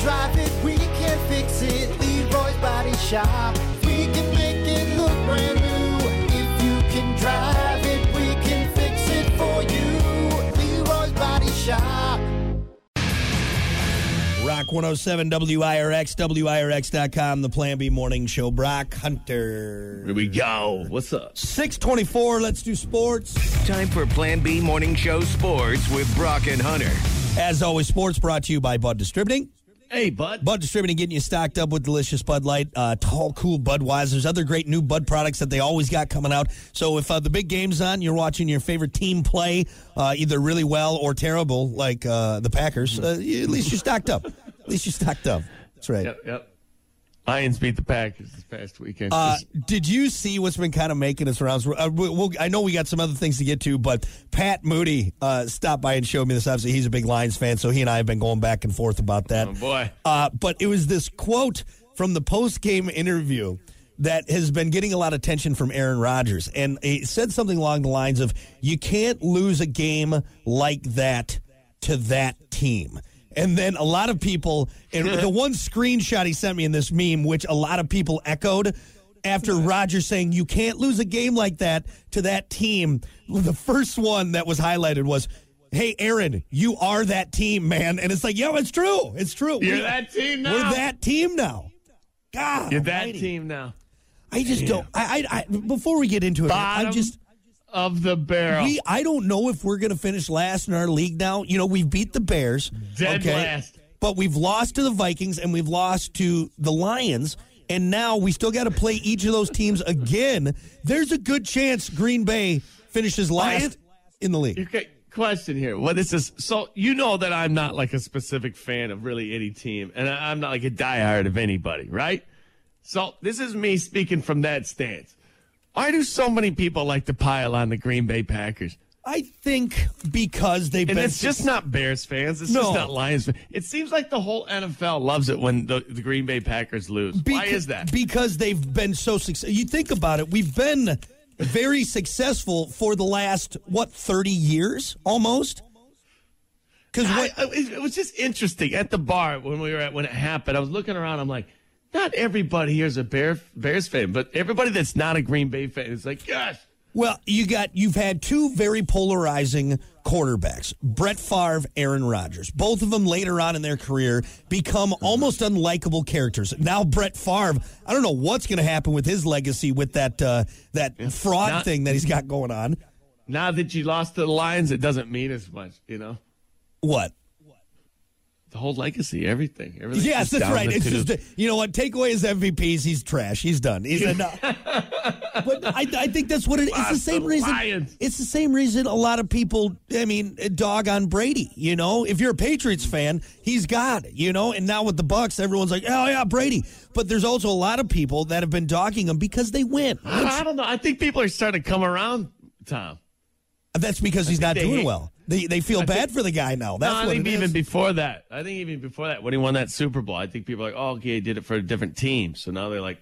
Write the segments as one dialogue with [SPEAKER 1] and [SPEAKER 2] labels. [SPEAKER 1] drive it, we can fix it. Leroy's Body Shop. We can make it look brand new. If you can drive it, we can fix it for you. Leroy's Body Shop.
[SPEAKER 2] Rock 107 WIRX, WIRX.com, the Plan B Morning Show. Brock Hunter.
[SPEAKER 3] Here we go. What's up?
[SPEAKER 2] 624, let's do sports.
[SPEAKER 4] Time for Plan B Morning Show Sports with Brock and Hunter.
[SPEAKER 2] As always, sports brought to you by Bud Distributing.
[SPEAKER 3] Hey, bud.
[SPEAKER 2] Bud Distributing getting you stocked up with delicious Bud Light, uh, tall, cool Budweiser's, other great new Bud products that they always got coming out. So if uh, the big game's on, you're watching your favorite team play uh, either really well or terrible, like uh, the Packers, uh, at least you're stocked up. At least you're stocked up. That's right.
[SPEAKER 3] Yep, yep. Lions beat the Packers this past weekend.
[SPEAKER 2] Uh, did you see what's been kind of making its rounds? Uh, we- we'll, I know we got some other things to get to, but Pat Moody uh, stopped by and showed me this. Obviously, he's a big Lions fan, so he and I have been going back and forth about that.
[SPEAKER 3] Oh, boy.
[SPEAKER 2] Uh, but it was this quote from the post game interview that has been getting a lot of attention from Aaron Rodgers, and he said something along the lines of, "You can't lose a game like that to that team." And then a lot of people, and the one screenshot he sent me in this meme, which a lot of people echoed after Rodgers saying, You can't lose a game like that to that team. The first one that was highlighted was, Hey, Aaron, you are that team, man. And it's like, Yeah, it's true. It's true.
[SPEAKER 3] You're
[SPEAKER 2] We-
[SPEAKER 3] that team now.
[SPEAKER 2] We're that team now. God.
[SPEAKER 3] You're that
[SPEAKER 2] almighty.
[SPEAKER 3] team now.
[SPEAKER 2] I just don't. I, I, I, before we get into it, man, I
[SPEAKER 3] Bottom
[SPEAKER 2] just.
[SPEAKER 3] of the barrel.
[SPEAKER 2] We, I don't know if we're going to finish last in our league now. You know, we've beat the Bears.
[SPEAKER 3] Dead
[SPEAKER 2] okay?
[SPEAKER 3] last.
[SPEAKER 2] But we've lost to the Vikings and we've lost to the Lions. And now we still got to play each of those teams again. There's a good chance Green Bay finishes last
[SPEAKER 3] Lions?
[SPEAKER 2] in the league.
[SPEAKER 3] Okay, question here. What is this? So you know that I'm not like a specific fan of really any team, and I- I'm not like a diehard of anybody, right? So this is me speaking from that stance. Why do so many people like to pile on the Green Bay Packers?
[SPEAKER 2] I think because they've
[SPEAKER 3] And
[SPEAKER 2] been.
[SPEAKER 3] it's just not Bears fans. It's
[SPEAKER 2] No.
[SPEAKER 3] just not Lions fans. It seems like the whole NFL loves it when the, the Green Bay Packers lose.
[SPEAKER 2] Beca-
[SPEAKER 3] Why is that?
[SPEAKER 2] Because they've been so successful. You think about it, we've been very successful for the last what 30 years almost. Because
[SPEAKER 3] I, I- it, it was just interesting at the bar when we were at when it happened. I was looking around. I'm like, not everybody here is a Bear, Bears fan, but everybody that's not a Green Bay fan is like, gosh,
[SPEAKER 2] Well, you got you've had two very polarizing quarterbacks, Brett Favre, Aaron Rodgers. Both of them later on in their career become
[SPEAKER 3] Mm-hmm.
[SPEAKER 2] almost unlikable characters. Now Brett Favre, I don't know what's going to happen with his legacy with that uh, that fraud
[SPEAKER 3] not-
[SPEAKER 2] thing that he's got going on.
[SPEAKER 3] now that you lost to the Lions, it doesn't mean as much, you know.
[SPEAKER 2] What?
[SPEAKER 3] The whole legacy, everything, everything.
[SPEAKER 2] Yes, that's right. It's just you know what. Take away his MVPs. He's trash. He's done. He's enough. but I, I think that's what it is. It's the
[SPEAKER 3] Lost
[SPEAKER 2] same
[SPEAKER 3] the
[SPEAKER 2] reason.
[SPEAKER 3] Lions.
[SPEAKER 2] It's the same reason a lot of people. I mean, dog on Brady. You know, if you're a Patriots fan, he's God. You know, and now with the Bucks, everyone's like, oh yeah, Brady. But there's also a lot of people that have been dogging him because they win.
[SPEAKER 3] I don't know. I think people are starting to come around, Tom.
[SPEAKER 2] That's because he's not
[SPEAKER 3] they
[SPEAKER 2] doing
[SPEAKER 3] hate-
[SPEAKER 2] well. They they feel bad for the guy now. That's
[SPEAKER 3] No, I
[SPEAKER 2] what
[SPEAKER 3] think
[SPEAKER 2] it
[SPEAKER 3] even
[SPEAKER 2] is.
[SPEAKER 3] before that, I think even before that, when he won that Super Bowl, I think people are like, oh, okay, he did it for a different team. So now they're like,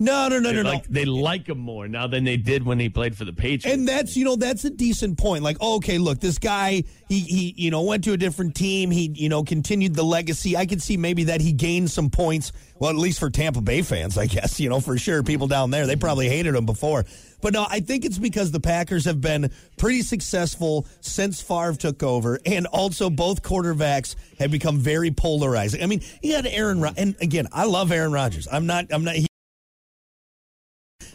[SPEAKER 2] no, no, no,
[SPEAKER 3] they
[SPEAKER 2] no, no.
[SPEAKER 3] like they like him more now than they did when he played for the Patriots.
[SPEAKER 2] And that's you know that's a decent point. Like oh, okay, look, this guy he he you know went to a different team. He you know continued the legacy. I could see maybe that he gained some points. Well, at least for Tampa Bay fans, I guess you know for sure people down there they probably hated him before. But no, I think it's because the Packers have been pretty successful since Favre took over, and also both quarterbacks have become very polarizing. I mean, you had Aaron Rod- and again, I love Aaron Rodgers. I'm not I'm not.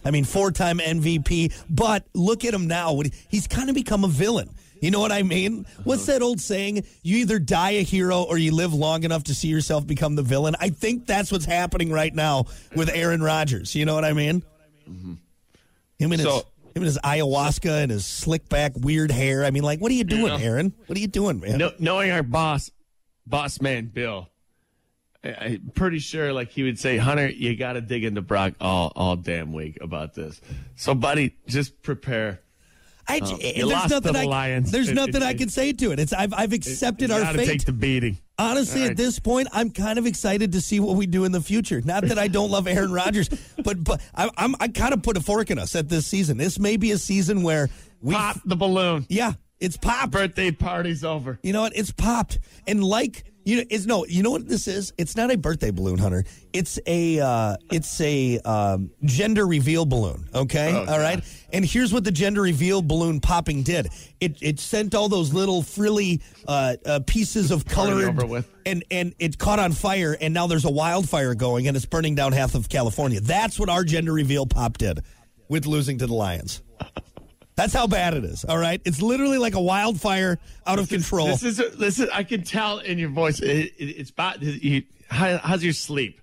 [SPEAKER 2] I mean, four time MVP, but look at him now. What- He's kind of become a villain. You know what I mean? What's that old saying? You either die a hero or you live long enough to see yourself become the villain. I think that's what's happening right now with Aaron Rodgers. You know what I mean? Him, and his,
[SPEAKER 3] Mm-hmm. So-
[SPEAKER 2] him and his ayahuasca and his slick back, weird hair. I mean, like, what are you doing, Aaron? What are you doing, man?
[SPEAKER 3] Kno- knowing our boss, boss man Bill, I, am pretty sure like he would say, Hunter, you got to dig into Brock all all damn week about this. So, buddy, just prepare.
[SPEAKER 2] I, there's
[SPEAKER 3] uh, lost to
[SPEAKER 2] nothing
[SPEAKER 3] the
[SPEAKER 2] I,
[SPEAKER 3] Lions.
[SPEAKER 2] There's
[SPEAKER 3] It-
[SPEAKER 2] nothing
[SPEAKER 3] it-
[SPEAKER 2] I can say to it. It's I've I've accepted
[SPEAKER 3] you
[SPEAKER 2] our
[SPEAKER 3] gotta
[SPEAKER 2] fate.
[SPEAKER 3] take the beating.
[SPEAKER 2] Honestly,
[SPEAKER 3] All
[SPEAKER 2] at
[SPEAKER 3] right.
[SPEAKER 2] this point, I'm kind of excited to see what we do in the future. Not that I don't love Aaron Rodgers, but but I, I'm I kind of put a fork in us at this season. This may be a season where we,
[SPEAKER 3] Pop the balloon.
[SPEAKER 2] yeah, it's popped.
[SPEAKER 3] Birthday party's over.
[SPEAKER 2] You know what? It's popped, and like You know, it's no. You know what this is? It's not a birthday balloon, Hunter. It's a uh, it's a um, gender reveal balloon. Okay,
[SPEAKER 3] Oh,
[SPEAKER 2] all right. And here's what the gender reveal balloon popping did. It it sent all those little frilly uh, uh, pieces of color
[SPEAKER 3] over with.
[SPEAKER 2] and and it caught on fire. And now there's a wildfire going, and it's burning down half of California. That's what our gender reveal pop did with losing to the Lions. That's how bad it is. All right, it's literally like a wildfire out of control.
[SPEAKER 3] This is a, this is I can tell in your voice. It, it, it's about you, how, how's your sleep?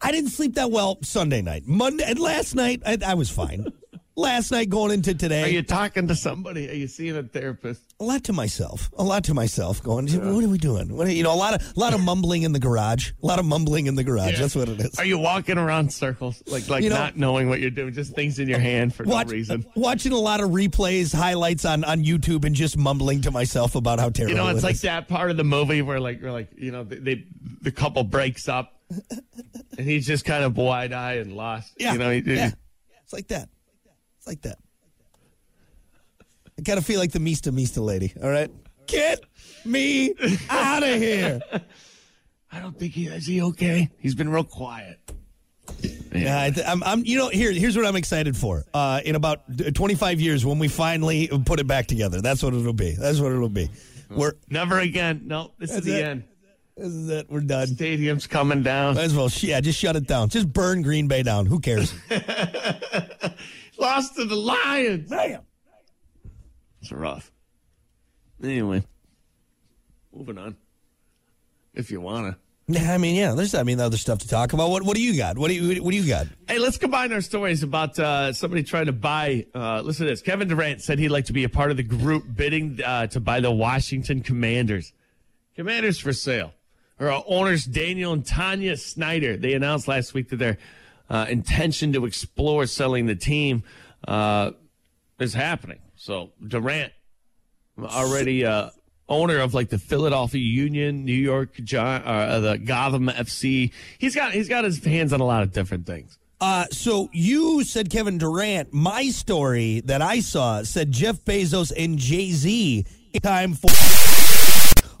[SPEAKER 2] I didn't sleep that well Sunday night. Monday and last night, I, I was fine. last night going into
[SPEAKER 3] Are
[SPEAKER 2] today,
[SPEAKER 3] you talking to somebody? Are you seeing a therapist?
[SPEAKER 2] a lot to myself. A lot to myself. Going, what are we doing? What are, you know, a lot of a lot of mumbling in the garage. A lot of mumbling in the garage. That's what it is.
[SPEAKER 3] Are you walking around circles like like
[SPEAKER 2] You know-
[SPEAKER 3] not knowing what you're doing, just things in your hand for
[SPEAKER 2] Watch-
[SPEAKER 3] no reason?
[SPEAKER 2] Watching a lot of replays, highlights on on YouTube, and just mumbling to myself about how terrible.
[SPEAKER 3] You know, it's
[SPEAKER 2] it
[SPEAKER 3] like
[SPEAKER 2] is.
[SPEAKER 3] that part of the movie where like you're like you know they, they the couple breaks up, and he's just kind of wide eyed and lost.
[SPEAKER 2] Yeah,
[SPEAKER 3] you know, he,
[SPEAKER 2] yeah. It's like that. It's like that. I kind of feel like the Mista Mista lady. All right, get me out of here.
[SPEAKER 3] I don't think he is he okay. He's been real quiet.
[SPEAKER 2] Yeah, Uh, I th- I'm, I'm. You know, here, here's what I'm excited for. Uh, in about uh, 25 years, when we finally put it back together, that's what it'll be. That's what it'll be. We're
[SPEAKER 3] Never again. No, this
[SPEAKER 2] That's
[SPEAKER 3] is the
[SPEAKER 2] it.
[SPEAKER 3] end.
[SPEAKER 2] this is it. We're done.
[SPEAKER 3] Stadium's coming down.
[SPEAKER 2] Might as well. sh- Yeah, just shut it down. Just burn Green Bay down. Who cares?
[SPEAKER 3] Lost to the Lions.
[SPEAKER 2] Damn.
[SPEAKER 3] It's rough. Anyway, moving on. If you wanna.
[SPEAKER 2] Yeah, I mean, yeah. There's, I mean, other stuff to talk about. What, what do you got? What do you, what do you got?
[SPEAKER 3] Hey, let's combine our stories about uh, somebody trying to buy. Uh, listen to this. Kevin Durant said he'd like to be a part of the group bidding uh, to buy the Washington Commanders. Commanders for sale. Or uh, owners Daniel and Tanya Snyder. They announced last week that their uh, intention to explore selling the team uh, is happening. So Durant, already uh, owner of like the Philadelphia Union, New York, John, uh, the Gotham FC. He's got he's got his hands on a lot of different things.
[SPEAKER 2] Uh, so you said Kevin Durant. My story that I saw said Jeff Bezos and Jay Z time for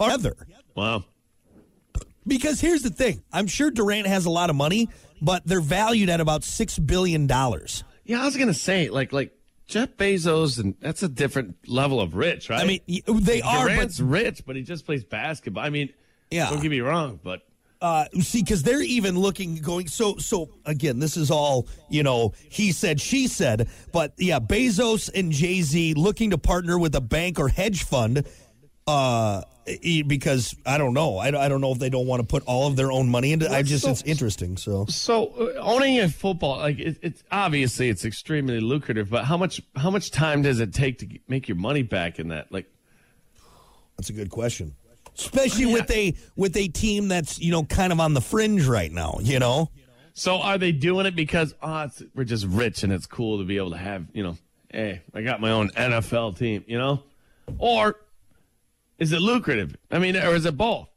[SPEAKER 2] other.
[SPEAKER 3] Wow.
[SPEAKER 2] Because here's the thing: I'm sure Durant has a lot of money, but they're valued at about six billion dollars.
[SPEAKER 3] Yeah, I was gonna say like like Jeff Bezos and that's a different level of rich, right?
[SPEAKER 2] I mean, y- they are,
[SPEAKER 3] Durant's
[SPEAKER 2] but
[SPEAKER 3] rich, but he just plays basketball. I mean,
[SPEAKER 2] Yeah.
[SPEAKER 3] Don't get me wrong, but
[SPEAKER 2] uh, see, because they're even looking, going. So, so again, this is all you know. He said, she said, but yeah, Bezos and Jay Z looking to partner with a bank or hedge fund. Uh, e- because I don't know, I, don't- I don't know if they don't want to put all of their own money into. I just,
[SPEAKER 3] so-
[SPEAKER 2] it's interesting. So
[SPEAKER 3] so uh, owning a football like it, it's obviously it's extremely lucrative, but how much how much time does it take to g- make your money back in that? Like
[SPEAKER 2] That's a good question. Especially with a with a team that's, you know, kind of on the fringe right now, you know?
[SPEAKER 3] So are they doing it because oh, it's, we're just rich and it's cool to be able to have, you know, hey, I got my own NFL team, you know? Or is it lucrative? I mean, or is it both?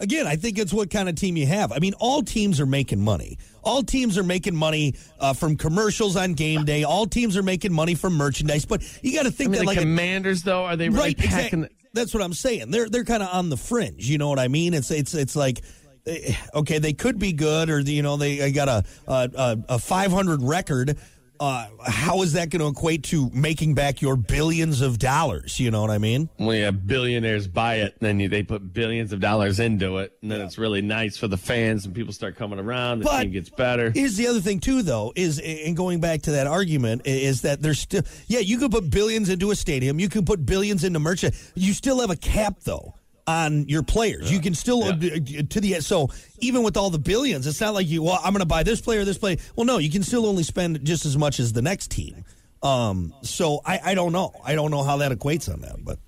[SPEAKER 2] Again, I think it's what kind of team you have. I mean, all teams are making money. All teams are making money uh, from commercials on game day. All teams are making money from merchandise. But you got to
[SPEAKER 3] I
[SPEAKER 2] think
[SPEAKER 3] mean,
[SPEAKER 2] that
[SPEAKER 3] the
[SPEAKER 2] like a
[SPEAKER 3] commanders though, are they really
[SPEAKER 2] right
[SPEAKER 3] packing
[SPEAKER 2] exact- that's what i'm saying they're they're kind of on the fringe you know what i mean it's it's it's like eh, okay they could be good or you know they I got a a, a, a 500 record uh, how is that going to equate to making back your billions of dollars you know what i mean
[SPEAKER 3] well, yeah, billionaires buy it, and then you, they put billions of dollars into it, and then it's really nice for the fans, and people start coming around. The
[SPEAKER 2] But-
[SPEAKER 3] team gets better.
[SPEAKER 2] Here's the other thing too, though, is and going back to that argument i- is that there's still yeah, you could put billions into a stadium, you can put billions into merchant, you still have a cap though on your players. You can still
[SPEAKER 3] Yeah.
[SPEAKER 2] uh, to the so even with all the billions, it's not like you well I'm going to buy this player, this player. Well, no, you can still only spend just as much as the next team. Um, so I, I don't know, I don't know how that equates on that, but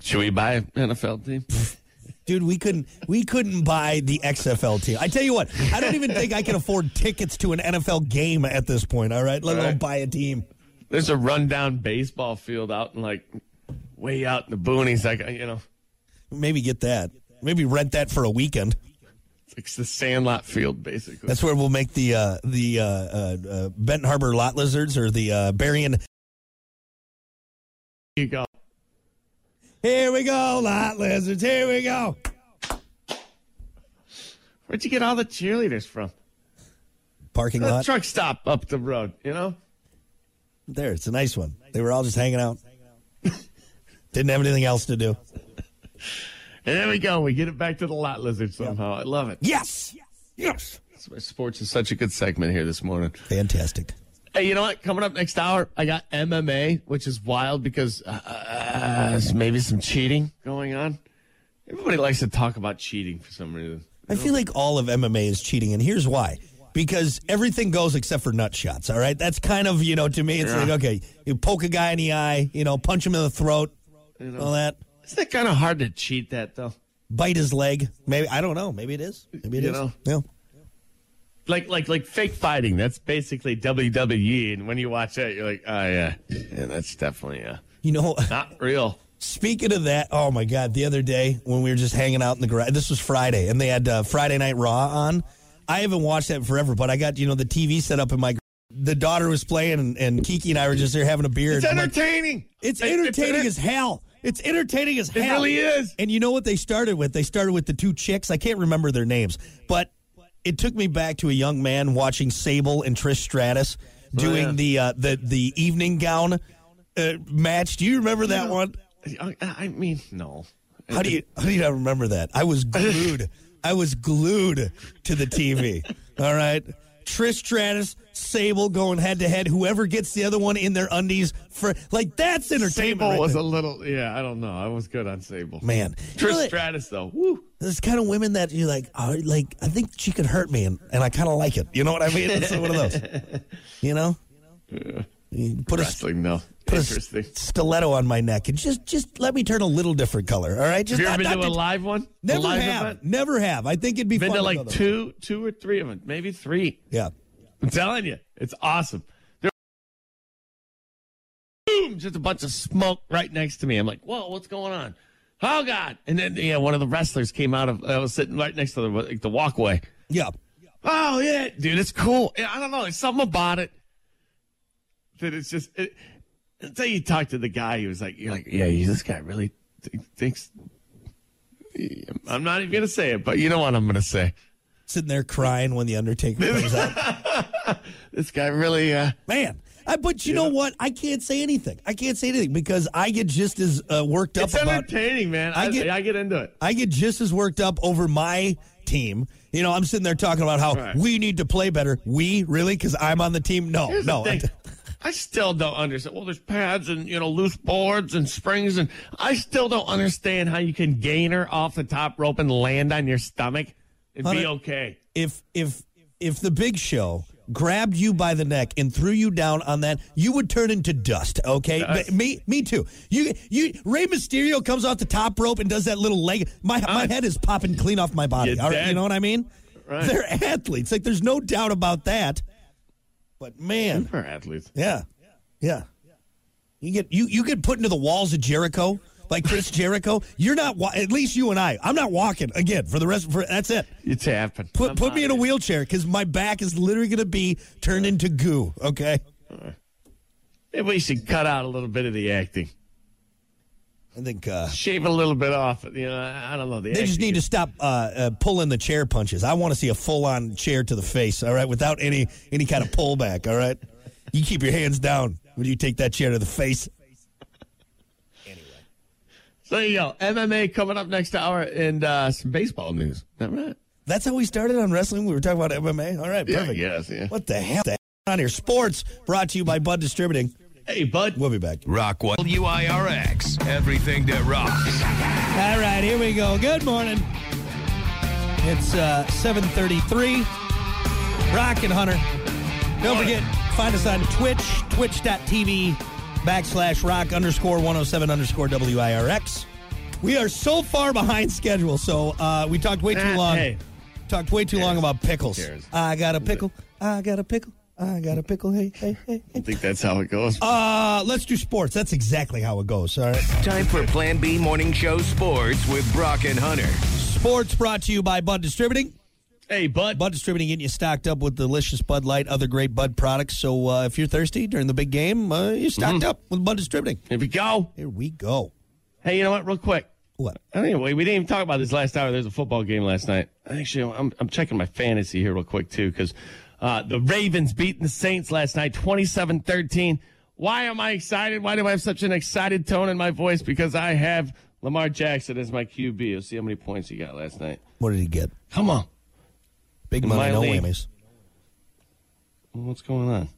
[SPEAKER 3] Should we buy an NFL team?
[SPEAKER 2] Dude, we couldn't we couldn't buy the XFL team. I tell you what, I don't even think I can afford tickets to an NFL game at this point. All right, let alone
[SPEAKER 3] Right.
[SPEAKER 2] buy a team.
[SPEAKER 3] There's a rundown baseball field out in like way out in the boonies, like you know.
[SPEAKER 2] Maybe get that. Maybe rent that for a weekend.
[SPEAKER 3] It's the Sandlot field, basically.
[SPEAKER 2] That's where we'll make the uh, the uh, uh, uh, Benton Harbor lot lizards or the uh, Berrien.
[SPEAKER 3] you go.
[SPEAKER 2] Here we go, lot lizards. Here we go.
[SPEAKER 3] Where'd you get all the cheerleaders from?
[SPEAKER 2] Parking
[SPEAKER 3] A
[SPEAKER 2] lot.
[SPEAKER 3] truck stop up the road, you know?
[SPEAKER 2] There, it's a nice one. They were all just hanging out. Didn't have anything else to do.
[SPEAKER 3] And there we go. We get it back to the lot lizard somehow. I love it.
[SPEAKER 2] Yes. Yes.
[SPEAKER 3] That's why sports is such a good segment here this morning.
[SPEAKER 2] Fantastic.
[SPEAKER 3] Hey, you know what? Coming up next hour, I got MMA, which is wild because uh, uh, there's maybe some cheating going on. Everybody likes to talk about cheating for some reason.
[SPEAKER 2] I feel like all of MMA is cheating, and here's why. Because everything goes except for nut shots, all right? That's kind of, you know, to me, it's
[SPEAKER 3] Yeah.
[SPEAKER 2] like, okay, you poke a guy in the eye, you know, punch him in the throat, all that,
[SPEAKER 3] Isn't that kind of hard to cheat that, though?
[SPEAKER 2] bite his leg. Maybe, I don't know. Maybe it is. Maybe it
[SPEAKER 3] You
[SPEAKER 2] is.
[SPEAKER 3] know.
[SPEAKER 2] Yeah.
[SPEAKER 3] Like, like, like fake fighting. That's basically WWE. And when you watch that, you're like, oh, yeah. Yeah, that's definitely uh,
[SPEAKER 2] You know,
[SPEAKER 3] not real.
[SPEAKER 2] Speaking of that, oh my God, the other day when we were just hanging out in the garage, this was Friday, and they had uh, Friday Night Raw on. I haven't watched that in forever, but I got, you know, the TV set up in my. gar- The daughter was playing, and, and Kiki and I were just there having a beer.
[SPEAKER 3] It's
[SPEAKER 2] and I'm like,
[SPEAKER 3] entertaining.
[SPEAKER 2] it's
[SPEAKER 3] It- it-
[SPEAKER 2] entertaining as hell. It's entertaining as hell.
[SPEAKER 3] really is.
[SPEAKER 2] And you know what they started with? They started with the two chicks. I can't remember their names, but it took me back to a young man watching Sable and Trish Stratus
[SPEAKER 3] Oh,
[SPEAKER 2] doing the uh, the the evening gown uh, match. Do you remember that one?
[SPEAKER 3] I, I mean, no.
[SPEAKER 2] How do you how do you not remember that? I was glued. I was glued to the TV. All right. Trish Stratus, Sable going head to head. Whoever gets the other one in their undies for like that's entertainment.
[SPEAKER 3] Sable
[SPEAKER 2] right
[SPEAKER 3] was
[SPEAKER 2] there.
[SPEAKER 3] a little, yeah, I don't know. I was good on Sable.
[SPEAKER 2] Man, You know
[SPEAKER 3] Trish
[SPEAKER 2] that-
[SPEAKER 3] Stratus, though. Woo.
[SPEAKER 2] there's kind of women that you like. Are, like I think she could hurt me, and, and I kind of like it. You know what I mean? It's one of those. You know, You put a
[SPEAKER 3] Wrestling, no.
[SPEAKER 2] put a
[SPEAKER 3] Interesting.
[SPEAKER 2] stiletto on my neck and just just let me turn a little different color. All right, just
[SPEAKER 3] Have you ever
[SPEAKER 2] not-
[SPEAKER 3] been
[SPEAKER 2] not
[SPEAKER 3] to a
[SPEAKER 2] to-
[SPEAKER 3] live one? A
[SPEAKER 2] Never
[SPEAKER 3] live
[SPEAKER 2] have,
[SPEAKER 3] event?
[SPEAKER 2] never have. I think it'd be
[SPEAKER 3] Been
[SPEAKER 2] fun
[SPEAKER 3] to
[SPEAKER 2] go
[SPEAKER 3] like
[SPEAKER 2] though.
[SPEAKER 3] two, two or three of them, maybe three.
[SPEAKER 2] Yeah.
[SPEAKER 3] I'm telling you, it's awesome. There, boom, just a bunch of smoke right next to me. I'm like, whoa, what's going on? Oh God! And then yeah, one of the wrestlers came out of. I was sitting right next to the like, the walkway.
[SPEAKER 2] Yeah.
[SPEAKER 3] Oh yeah, dude, it's cool. Yeah, I don't know, it's something about it that it's just. It, until you talk to the guy, he was like, "You're like, yeah, you- this guy really th- thinks." I'm not even gonna say it, but you know what I'm gonna say.
[SPEAKER 2] Sitting there crying when the Undertaker comes out.
[SPEAKER 3] This guy really. uh
[SPEAKER 2] Man. I, but you know what? I can't say anything. I can't say anything because I get just as uh, worked up
[SPEAKER 3] It's
[SPEAKER 2] about
[SPEAKER 3] entertaining, man. I,
[SPEAKER 2] I get-
[SPEAKER 3] I get into it.
[SPEAKER 2] I get just as worked up over my team. You know, I'm sitting there talking about how
[SPEAKER 3] Right.
[SPEAKER 2] we need to play better. We really because I'm on the team. No,
[SPEAKER 3] Here's
[SPEAKER 2] no.
[SPEAKER 3] the thing. I still don't understand. Well, there's pads and you know loose boards and springs, and I still don't understand how you can gainer off the top rope and land on your stomach and
[SPEAKER 2] Hunter-
[SPEAKER 3] be okay.
[SPEAKER 2] If if if the Big Show grabbed you by the neck and threw you down on that, you would turn into dust. Okay,
[SPEAKER 3] Dust.
[SPEAKER 2] Me- me me too. You you Ray Mysterio comes off the top rope and does that little leg. My my
[SPEAKER 3] Huh?
[SPEAKER 2] head is popping clean off my body.
[SPEAKER 3] You're
[SPEAKER 2] All right, you
[SPEAKER 3] dead.
[SPEAKER 2] know what I mean?
[SPEAKER 3] Right.
[SPEAKER 2] They're athletes. Like there's no doubt about that. But man.
[SPEAKER 3] Super athletes.
[SPEAKER 2] Yeah. Yeah. You get you you get put into the walls of Jericho like Chris Jericho. You're not wa- at least you and I. I'm not walking again for the rest for that's it.
[SPEAKER 3] It's happened.
[SPEAKER 2] Put
[SPEAKER 3] I'm
[SPEAKER 2] put me in a
[SPEAKER 3] outta here.
[SPEAKER 2] wheelchair cuz my back is literally going to be turned into goo, okay?
[SPEAKER 3] Maybe we should cut out a little bit of the acting.
[SPEAKER 2] I think uh
[SPEAKER 3] Shave a little bit off. You know, I I don't know. The
[SPEAKER 2] they just need to stop uh, uh, pulling the chair punches. I want to see a full-on chair to the face, all right, without any any kind of pullback, all right? You keep your hands down when you take that chair to the face.
[SPEAKER 3] So there you go. MMA coming up next hour and uh, some baseball news. Is that right?
[SPEAKER 2] That's how we started on wrestling. We were talking about MMA. All right,
[SPEAKER 3] Yeah,
[SPEAKER 2] perfect.
[SPEAKER 3] yes, yeah.
[SPEAKER 2] What the hell? The hell on here? Sports brought to you by Bud Distributing.
[SPEAKER 3] Hey, bud.
[SPEAKER 2] We'll be back.
[SPEAKER 4] Rock one WIRX. Everything that rocks.
[SPEAKER 2] All right, here we go. Good morning. It's uh, 7:33. Rockin' Hunter. Don't forget, find us on Twitch, twitch.tv backslash rock underscore 107 underscore WIRX. We are so far behind schedule, so uh, we talked way too
[SPEAKER 3] Ah,
[SPEAKER 2] long.
[SPEAKER 3] hey.
[SPEAKER 2] Talked way too long about pickles.
[SPEAKER 3] Who cares?
[SPEAKER 2] I got a pickle. I got a pickle. I got a pickle. Hey, hey, hey.
[SPEAKER 3] I think that's how it goes.
[SPEAKER 2] Uh, let's do sports. That's exactly how it goes. All right.
[SPEAKER 4] Time for Plan B Morning Show Sports with Brock and Hunter.
[SPEAKER 2] Sports brought to you by Bud Distributing.
[SPEAKER 3] hey, bud.
[SPEAKER 2] Bud Distributing getting you stocked up with delicious Bud Light, other great Bud products. So uh,
[SPEAKER 3] Mm-hmm.
[SPEAKER 2] if you're thirsty during the big game, uh, you're stocked up with Bud Distributing.
[SPEAKER 3] Here we go.
[SPEAKER 2] Here we go.
[SPEAKER 3] Hey, you know what? Real quick.
[SPEAKER 2] What?
[SPEAKER 3] Anyway, we didn't even talk about this last hour. There's a football game last night. Actually, I'm, I'm checking my fantasy here real quick, too, because uh, the Ravens beating the Saints last night 27 13. Why am I excited? Why do I have such an excited tone in my voice? Because I have Lamar Jackson as my QB. You'll see how many points he got last night.
[SPEAKER 2] What did he get?
[SPEAKER 3] Come on.
[SPEAKER 2] Big
[SPEAKER 3] In
[SPEAKER 2] money,
[SPEAKER 3] my
[SPEAKER 2] no
[SPEAKER 3] league.
[SPEAKER 2] whammies.
[SPEAKER 3] What's going on?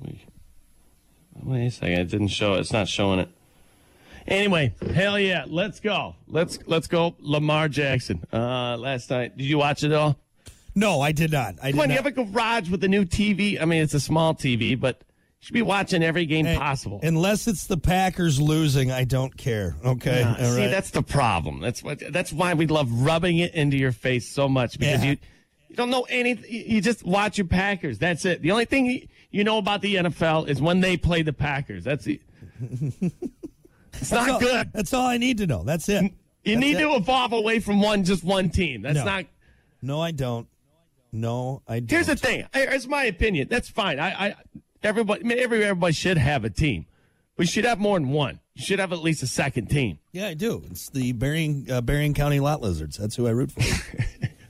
[SPEAKER 3] Wait, wait a second. It didn't show. it. It's not showing it. Anyway, hell yeah, let's go. Let's let's go. Lamar Jackson. Uh, last night, did you watch it all?
[SPEAKER 2] No, I did not. I did
[SPEAKER 3] Come
[SPEAKER 2] not.
[SPEAKER 3] on, you have a garage with a new TV. I mean, it's a small TV, but you should be watching every game
[SPEAKER 2] Hey,
[SPEAKER 3] possible.
[SPEAKER 2] Unless it's the Packers losing, I don't care. Okay.
[SPEAKER 3] Uh,
[SPEAKER 2] all
[SPEAKER 3] see,
[SPEAKER 2] right.
[SPEAKER 3] that's the problem. That's what. That's why we love rubbing it into your face so much because
[SPEAKER 2] Yeah.
[SPEAKER 3] you you don't know anything. You just watch your Packers. That's it. The only thing you- you know about the NFL is when they play the Packers. That's it. It's not
[SPEAKER 2] That's all-
[SPEAKER 3] good.
[SPEAKER 2] That's all I need to know. That's it.
[SPEAKER 3] You
[SPEAKER 2] That's
[SPEAKER 3] need
[SPEAKER 2] it.
[SPEAKER 3] to evolve away from one just one team. That's
[SPEAKER 2] No.
[SPEAKER 3] not.
[SPEAKER 2] No, I don't. No, I don't.
[SPEAKER 3] Here's the thing. I- It's my opinion. That's fine. I, I everybody, I mean, every everybody should have a team. We should have more than one. You should have at least a second team.
[SPEAKER 2] yeah, I do. It's the Bering uh, Bering County Lot Lizards. That's who I root for.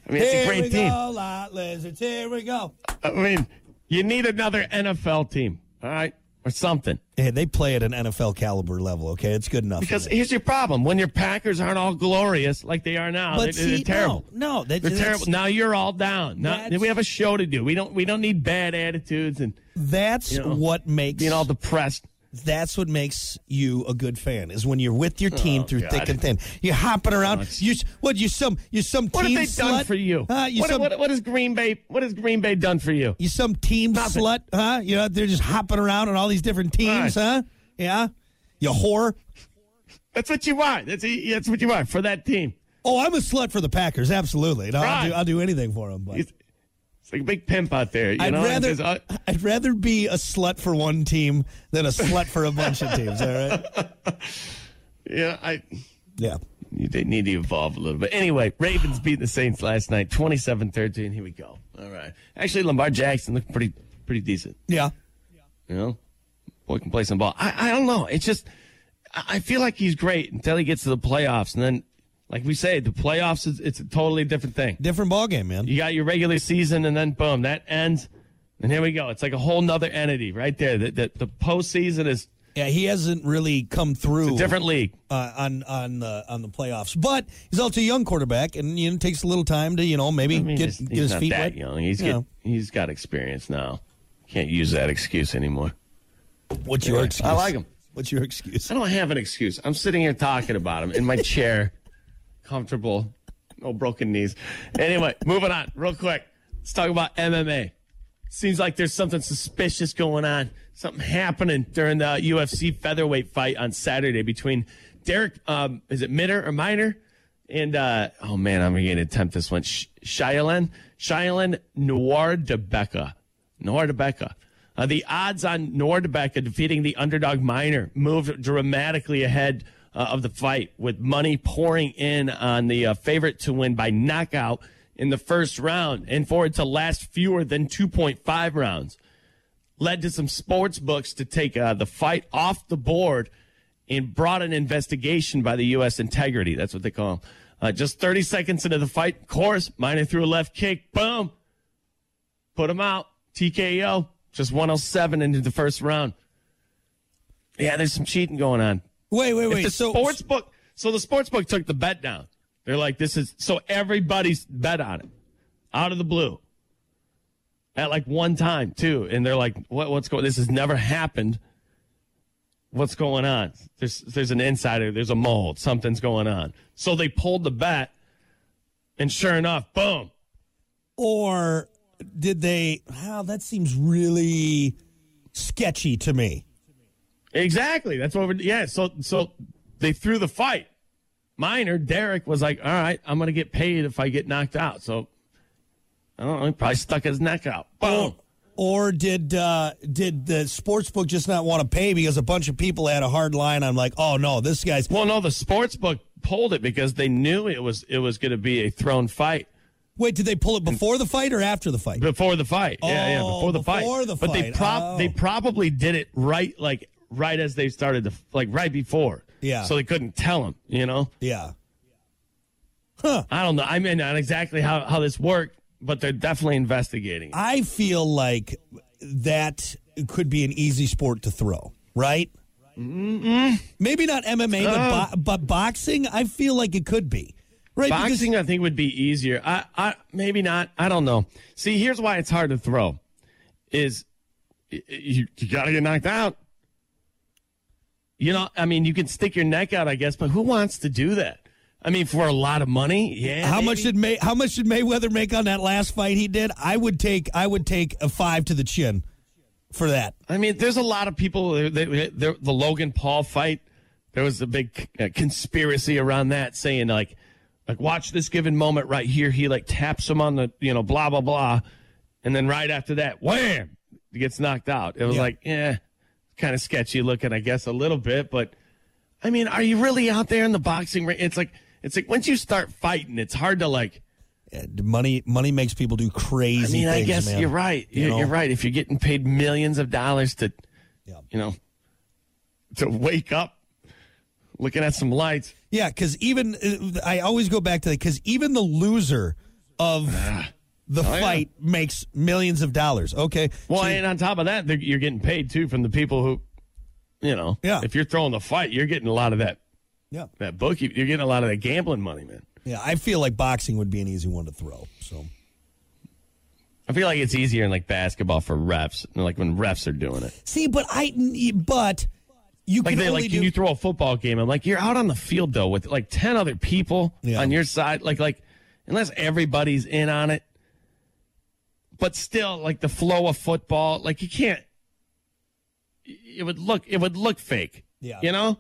[SPEAKER 3] I mean, it's a great team.
[SPEAKER 2] Lot Lizards. Here we go.
[SPEAKER 3] I mean, you need another NFL team, all right, or something.
[SPEAKER 2] Hey, they play at an NFL caliber level. Okay, it's good enough. for
[SPEAKER 3] Because
[SPEAKER 2] me.
[SPEAKER 3] here's your problem: when your Packers aren't all glorious like they are now,
[SPEAKER 2] but
[SPEAKER 3] they,
[SPEAKER 2] see,
[SPEAKER 3] are terrible.
[SPEAKER 2] no, no, that-
[SPEAKER 3] They're
[SPEAKER 2] that's,
[SPEAKER 3] terrible. Now you're all down. Now
[SPEAKER 2] That's-
[SPEAKER 3] we have a show to do. We don't. We don't need bad attitudes and
[SPEAKER 2] that's
[SPEAKER 3] you know,
[SPEAKER 2] what makes
[SPEAKER 3] being all depressed.
[SPEAKER 2] that's what makes you a good fan is when you're with your team through
[SPEAKER 3] Oh, God.
[SPEAKER 2] thick and thin. You're hopping around.
[SPEAKER 3] it's-
[SPEAKER 2] you what? You some you some
[SPEAKER 3] What
[SPEAKER 2] team
[SPEAKER 3] have they done
[SPEAKER 2] slut?
[SPEAKER 3] for you?
[SPEAKER 2] Huh? you
[SPEAKER 3] what,
[SPEAKER 2] some
[SPEAKER 3] what, what has Green Bay? What has Green Bay done for you?
[SPEAKER 2] you some team
[SPEAKER 3] Nothing.
[SPEAKER 2] slut? Huh? You know they're just hopping around on all these different teams,
[SPEAKER 3] Right.
[SPEAKER 2] huh? Yeah, you whore.
[SPEAKER 3] That's what you want. That's that's what you want for that team.
[SPEAKER 2] Oh, I'm a slut for the Packers. Absolutely, No, I'll,
[SPEAKER 3] Right.
[SPEAKER 2] do, I'll do anything for them. But
[SPEAKER 3] It's, it's like a big pimp out there. You
[SPEAKER 2] I'd
[SPEAKER 3] know?
[SPEAKER 2] rather
[SPEAKER 3] It's- uh,
[SPEAKER 2] I'd rather be a slut for one team than a slut for a bunch of teams. All right.
[SPEAKER 3] yeah, I.
[SPEAKER 2] Yeah.
[SPEAKER 3] You- They need to evolve a little bit. Anyway, Ravens beat the Saints last night, 27-13. Here we go. All right. Actually, Lamar Jackson looked pretty pretty decent.
[SPEAKER 2] Yeah.
[SPEAKER 3] You know, boy can play some ball. I, I don't know. It's just I I feel like he's great until he gets to the playoffs, and then, like we say, the playoffs is it's a totally different thing.
[SPEAKER 2] Different ball game, man.
[SPEAKER 3] You got your regular season, and then boom, that ends, and here we go. It's like a whole nother entity right there. The the, the postseason is
[SPEAKER 2] Yeah, he hasn't really come through.
[SPEAKER 3] a different league.
[SPEAKER 2] uh, on on the on the playoffs. But he's also a young quarterback, and you know, it takes a little time to you know maybe
[SPEAKER 3] I mean,
[SPEAKER 2] get
[SPEAKER 3] he's,
[SPEAKER 2] get
[SPEAKER 3] he's
[SPEAKER 2] his
[SPEAKER 3] not
[SPEAKER 2] feet
[SPEAKER 3] that
[SPEAKER 2] wet.
[SPEAKER 3] young. He's
[SPEAKER 2] You
[SPEAKER 3] get-
[SPEAKER 2] know,
[SPEAKER 3] he's got experience now. Can't use that excuse anymore.
[SPEAKER 2] what's your excuse?
[SPEAKER 3] I like him.
[SPEAKER 2] What's your excuse?
[SPEAKER 3] I don't have an excuse. I'm sitting here talking about him in my chair, comfortable, no broken knees. Anyway, moving on real quick. Let's talk about MMA. Seems like there's something suspicious going on, something happening during the UFC featherweight fight on Saturday between Derek, um, is it Minner or Minor? And, uh, oh man, I'm going to attempt this one. Sh- Shyalin, Shyalin Noir DeBecca. Nordebeca. Uh, the odds on Nordebeca defeating the underdog minor moved dramatically ahead uh, of the fight, with money pouring in on the uh, favorite to win by knockout in the first round and for it to last fewer than 2.5 rounds. Led to some sports books to take uh, the fight off the board and brought an investigation by the U.S. Integrity. That's what they call 'em. Uh, just 30 seconds into the fight, of course, Minor threw a left kick. Boom put him out. TKO, just 107 into the first round. Yeah, there's some cheating going on.
[SPEAKER 2] Wait, wait,
[SPEAKER 3] If
[SPEAKER 2] wait.
[SPEAKER 3] the
[SPEAKER 2] So
[SPEAKER 3] sports book, so the sports book took the bet down. They're like, this is so everybody's bet on it, out of the blue, at like one time too, and they're like, what, what's going? This has never happened. What's going on? There's there's an insider. There's a mold. Something's going on. So they pulled the bet, and sure enough, boom,
[SPEAKER 2] or did they? Wow, that seems really sketchy to me.
[SPEAKER 3] Exactly. That's what we're yeah. So so they threw the fight. Minor Derek was like, "All right, I'm gonna get paid if I get knocked out." So I don't know. He probably stuck his neck out. Boom.
[SPEAKER 2] Or did uh, did the sports book just not want to pay because a bunch of people had a hard line? I'm like, oh no, this guy's
[SPEAKER 3] Well, no, the sports book pulled it because they knew it was it was gonna be a thrown fight
[SPEAKER 2] wait. Did they pull it before the fight or after the fight?
[SPEAKER 3] before the fight. yeah, yeah,
[SPEAKER 2] Oh,
[SPEAKER 3] before the fight.
[SPEAKER 2] before the
[SPEAKER 3] but they
[SPEAKER 2] fight.
[SPEAKER 3] prop
[SPEAKER 2] Oh.
[SPEAKER 3] they probably did it right like right as they started the f- like right before.
[SPEAKER 2] Yeah.
[SPEAKER 3] So they couldn't tell him, you know?
[SPEAKER 2] Yeah.
[SPEAKER 3] I don't know. I mean, not exactly how, how this worked, but they're definitely investigating. it.
[SPEAKER 2] I feel like that could be an easy sport to throw, right? Maybe not MMA,
[SPEAKER 3] Uh.
[SPEAKER 2] but, bo- but boxing, I feel like it could be. Right? because-
[SPEAKER 3] Boxing, I think, would be easier. I, I, maybe not. I don't know. See, here's why it's hard to throw: is y- y- you, you got to get knocked out. You know, I mean, you can stick your neck out, I guess, but who wants to do that? I mean, for a lot of money, yeah.
[SPEAKER 2] how
[SPEAKER 3] maybe.
[SPEAKER 2] much did May, how much did Mayweather make on that last fight he did? I would take I would take a 5 to the chin for that.
[SPEAKER 3] I mean, there's a lot of people. uh, They, they, the the Logan Paul fight, there was a big uh, conspiracy around that, saying like, like watch this given moment right here. He like taps him on the you know blah blah blah, and then right after that, wham, he gets knocked out. It was
[SPEAKER 2] Yeah.
[SPEAKER 3] like, eh, kind of sketchy looking, I guess, a little bit. But I mean, are you really out there in the boxing ring? It's like it's like once you start fighting, it's hard to like.
[SPEAKER 2] And uh, Money money makes people do
[SPEAKER 3] I
[SPEAKER 2] crazy
[SPEAKER 3] mean, I
[SPEAKER 2] things,
[SPEAKER 3] guess
[SPEAKER 2] man.
[SPEAKER 3] you're right.
[SPEAKER 2] You
[SPEAKER 3] You're,
[SPEAKER 2] know?
[SPEAKER 3] you're right. If you're getting paid millions of dollars to,
[SPEAKER 2] Yeah.
[SPEAKER 3] you know, to wake up looking at some lights,
[SPEAKER 2] Yeah, because even uh, I always go back to that because even the loser of the
[SPEAKER 3] Ah. Oh, yeah.
[SPEAKER 2] fight makes millions of dollars. Okay,
[SPEAKER 3] well,
[SPEAKER 2] So-
[SPEAKER 3] and on top of that, they're- you're getting paid too from the people who, you know,
[SPEAKER 2] Yeah.
[SPEAKER 3] if you're throwing the fight, you're getting a lot of that
[SPEAKER 2] yeah,
[SPEAKER 3] that bookkeep. You're getting a lot of that gambling money, man.
[SPEAKER 2] yeah. I feel like boxing would be an easy one to throw. So
[SPEAKER 3] I feel like it's easier in like basketball for refs, like when refs are doing it.
[SPEAKER 2] see, but I but you
[SPEAKER 3] Like
[SPEAKER 2] can
[SPEAKER 3] they
[SPEAKER 2] only
[SPEAKER 3] like
[SPEAKER 2] do
[SPEAKER 3] can you throw a football game? I'm like you're out on the field though with like ten other people
[SPEAKER 2] Yeah.
[SPEAKER 3] on your side. Like like unless everybody's in on it, but still like the flow of football. Like you can't. It would look it would look fake.
[SPEAKER 2] Yeah.
[SPEAKER 3] you know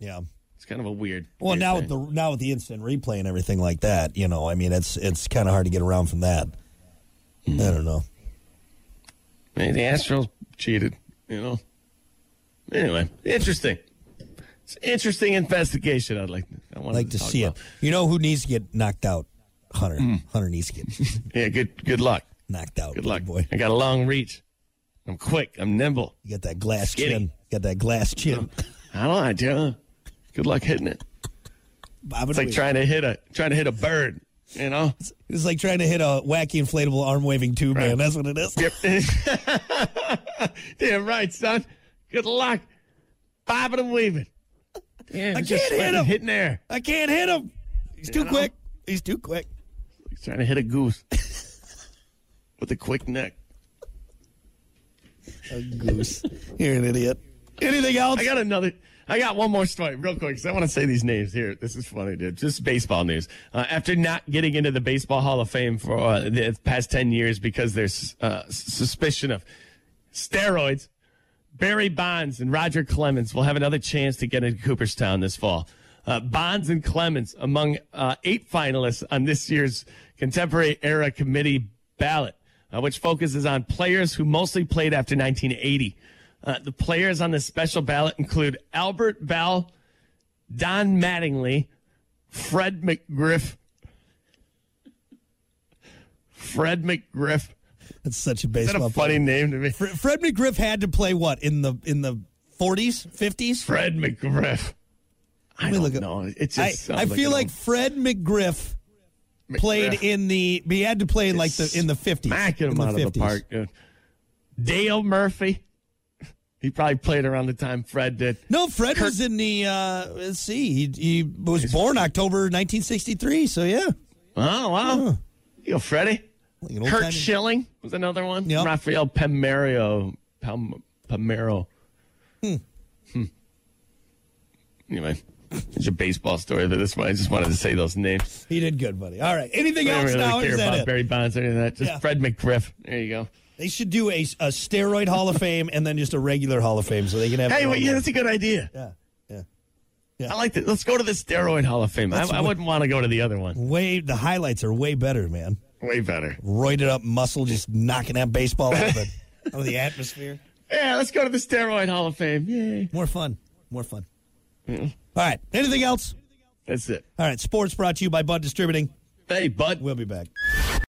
[SPEAKER 2] yeah.
[SPEAKER 3] it's kind of a weird.
[SPEAKER 2] Well,
[SPEAKER 3] weird
[SPEAKER 2] now
[SPEAKER 3] thing.
[SPEAKER 2] with the now with the instant replay and everything like that, you know, I mean, it's it's kind of hard to get around from that. I don't know.
[SPEAKER 3] Man, the Astros cheated. You know. Anyway, interesting. It's an interesting investigation. I'd like. I wanted
[SPEAKER 2] like to
[SPEAKER 3] talk
[SPEAKER 2] see it.
[SPEAKER 3] about.
[SPEAKER 2] You know who needs to get knocked out? Hunter. Hunter needs to get
[SPEAKER 3] Yeah. Good. Good luck.
[SPEAKER 2] knocked out.
[SPEAKER 3] Good luck,
[SPEAKER 2] boy.
[SPEAKER 3] I got a long reach. I'm quick. I'm nimble.
[SPEAKER 2] You got that glass
[SPEAKER 3] Skinny.
[SPEAKER 2] chin. Got that glass chin.
[SPEAKER 3] I don't know. I do. Good luck hitting it.
[SPEAKER 2] Bobbin
[SPEAKER 3] It's like
[SPEAKER 2] Weir.
[SPEAKER 3] trying to hit a trying to hit a bird. You know.
[SPEAKER 2] It's like trying to hit a wacky inflatable arm waving tube man. That's what it is.
[SPEAKER 3] Damn right, son. Good luck. Bobbing and weaving. Yeah, I
[SPEAKER 2] can't hit him.
[SPEAKER 3] Hitting there.
[SPEAKER 2] I can't hit him. He's too
[SPEAKER 3] know?
[SPEAKER 2] quick. He's too quick.
[SPEAKER 3] He's trying to hit a goose with a quick neck.
[SPEAKER 2] A goose. You're an idiot. Anything else?
[SPEAKER 3] I got another. I got one more story, real quick, because I want to say these names here. This is funny, dude. Just baseball news. Uh, after not getting into the Baseball Hall of Fame for uh, the past 10 years because there's uh, s- suspicion of steroids, Barry Bonds and Roger Clemens will have another chance to get into Cooperstown this fall. Uh, Bonds and Clemens among uh, eight finalists on this year's Contemporary Era Committee ballot, uh, which focuses on players who mostly played after 1980. Uh, the players on this special ballot include Albert Bell, Don Mattingly, Fred McGriff. Fred McGriff.
[SPEAKER 2] That's such a
[SPEAKER 3] Is that
[SPEAKER 2] baseball
[SPEAKER 3] a funny name to me?
[SPEAKER 2] player. Fre- Fred McGriff had to play what in the in the 40s, 50s.
[SPEAKER 3] Fred McGriff. I
[SPEAKER 2] me
[SPEAKER 3] don't
[SPEAKER 2] look up-
[SPEAKER 3] know. It
[SPEAKER 2] I,
[SPEAKER 3] just
[SPEAKER 2] I
[SPEAKER 3] sounds
[SPEAKER 2] feel
[SPEAKER 3] an
[SPEAKER 2] like
[SPEAKER 3] old
[SPEAKER 2] Fred McGriff
[SPEAKER 3] McGriff.
[SPEAKER 2] played in the he had to play in like the in the 50s.
[SPEAKER 3] Smacking him
[SPEAKER 2] in the
[SPEAKER 3] out of the park. dude. Dale Murphy. He probably played around the time Fred did.
[SPEAKER 2] No, Fred was in the. Uh, let's see, he, he was born October 1963. So yeah,
[SPEAKER 3] Oh wow. You go, Freddie.
[SPEAKER 2] Like an
[SPEAKER 3] Kurt
[SPEAKER 2] old-timey-
[SPEAKER 3] Schilling was another one.
[SPEAKER 2] Yep.
[SPEAKER 3] Rafael Palmerio. Palm, Palmero. Hmm. Anyway, it's a baseball story. But this one, I just wanted to say those names.
[SPEAKER 2] He did good, buddy. All right. Anything
[SPEAKER 3] I don't
[SPEAKER 2] else
[SPEAKER 3] really
[SPEAKER 2] now?
[SPEAKER 3] care
[SPEAKER 2] Is
[SPEAKER 3] about
[SPEAKER 2] that it?
[SPEAKER 3] Barry Bonds or any of that. Just
[SPEAKER 2] Yeah.
[SPEAKER 3] Fred McGriff. There you go.
[SPEAKER 2] They should do a, a steroid Hall of Fame and then just a regular Hall of Fame, so they can have.
[SPEAKER 3] Hey,
[SPEAKER 2] their
[SPEAKER 3] well,
[SPEAKER 2] own
[SPEAKER 3] yeah,
[SPEAKER 2] one.
[SPEAKER 3] that's a good idea.
[SPEAKER 2] yeah, yeah.
[SPEAKER 3] I like that. Let's go to the steroid Hall of Fame. I,
[SPEAKER 2] That's
[SPEAKER 3] I
[SPEAKER 2] what-
[SPEAKER 3] wouldn't want to go to the other one.
[SPEAKER 2] Way the highlights are way better, man.
[SPEAKER 3] Way better.
[SPEAKER 2] Roided up muscle, just knocking that baseball out of, it, out of the atmosphere.
[SPEAKER 3] Yeah, let's go to the steroid Hall of Fame. Yay.
[SPEAKER 2] More fun, more fun. All right. Anything else?
[SPEAKER 3] That's it.
[SPEAKER 2] All right. Sports brought to you by Bud Distributing.
[SPEAKER 3] Hey, bud.
[SPEAKER 2] We'll be back.